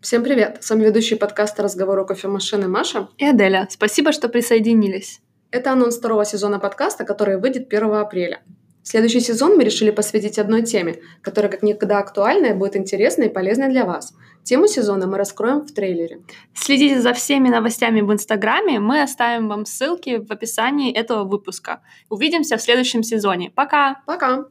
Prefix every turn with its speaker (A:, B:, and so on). A: Всем привет! С вами ведущие подкаста «Разговор у кофемашины» Маша.
B: и Аделя. Спасибо, что присоединились.
A: Это анонс второго сезона подкаста, который выйдет 1 апреля. Следующий сезон мы решили посвятить одной теме, которая как никогда актуальна и будет интересна и полезна для вас. Тему сезона мы раскроем в трейлере.
B: Следите за всеми новостями в Инстаграме, мы оставим вам ссылки в описании этого выпуска. Увидимся в следующем сезоне. Пока!
A: Пока!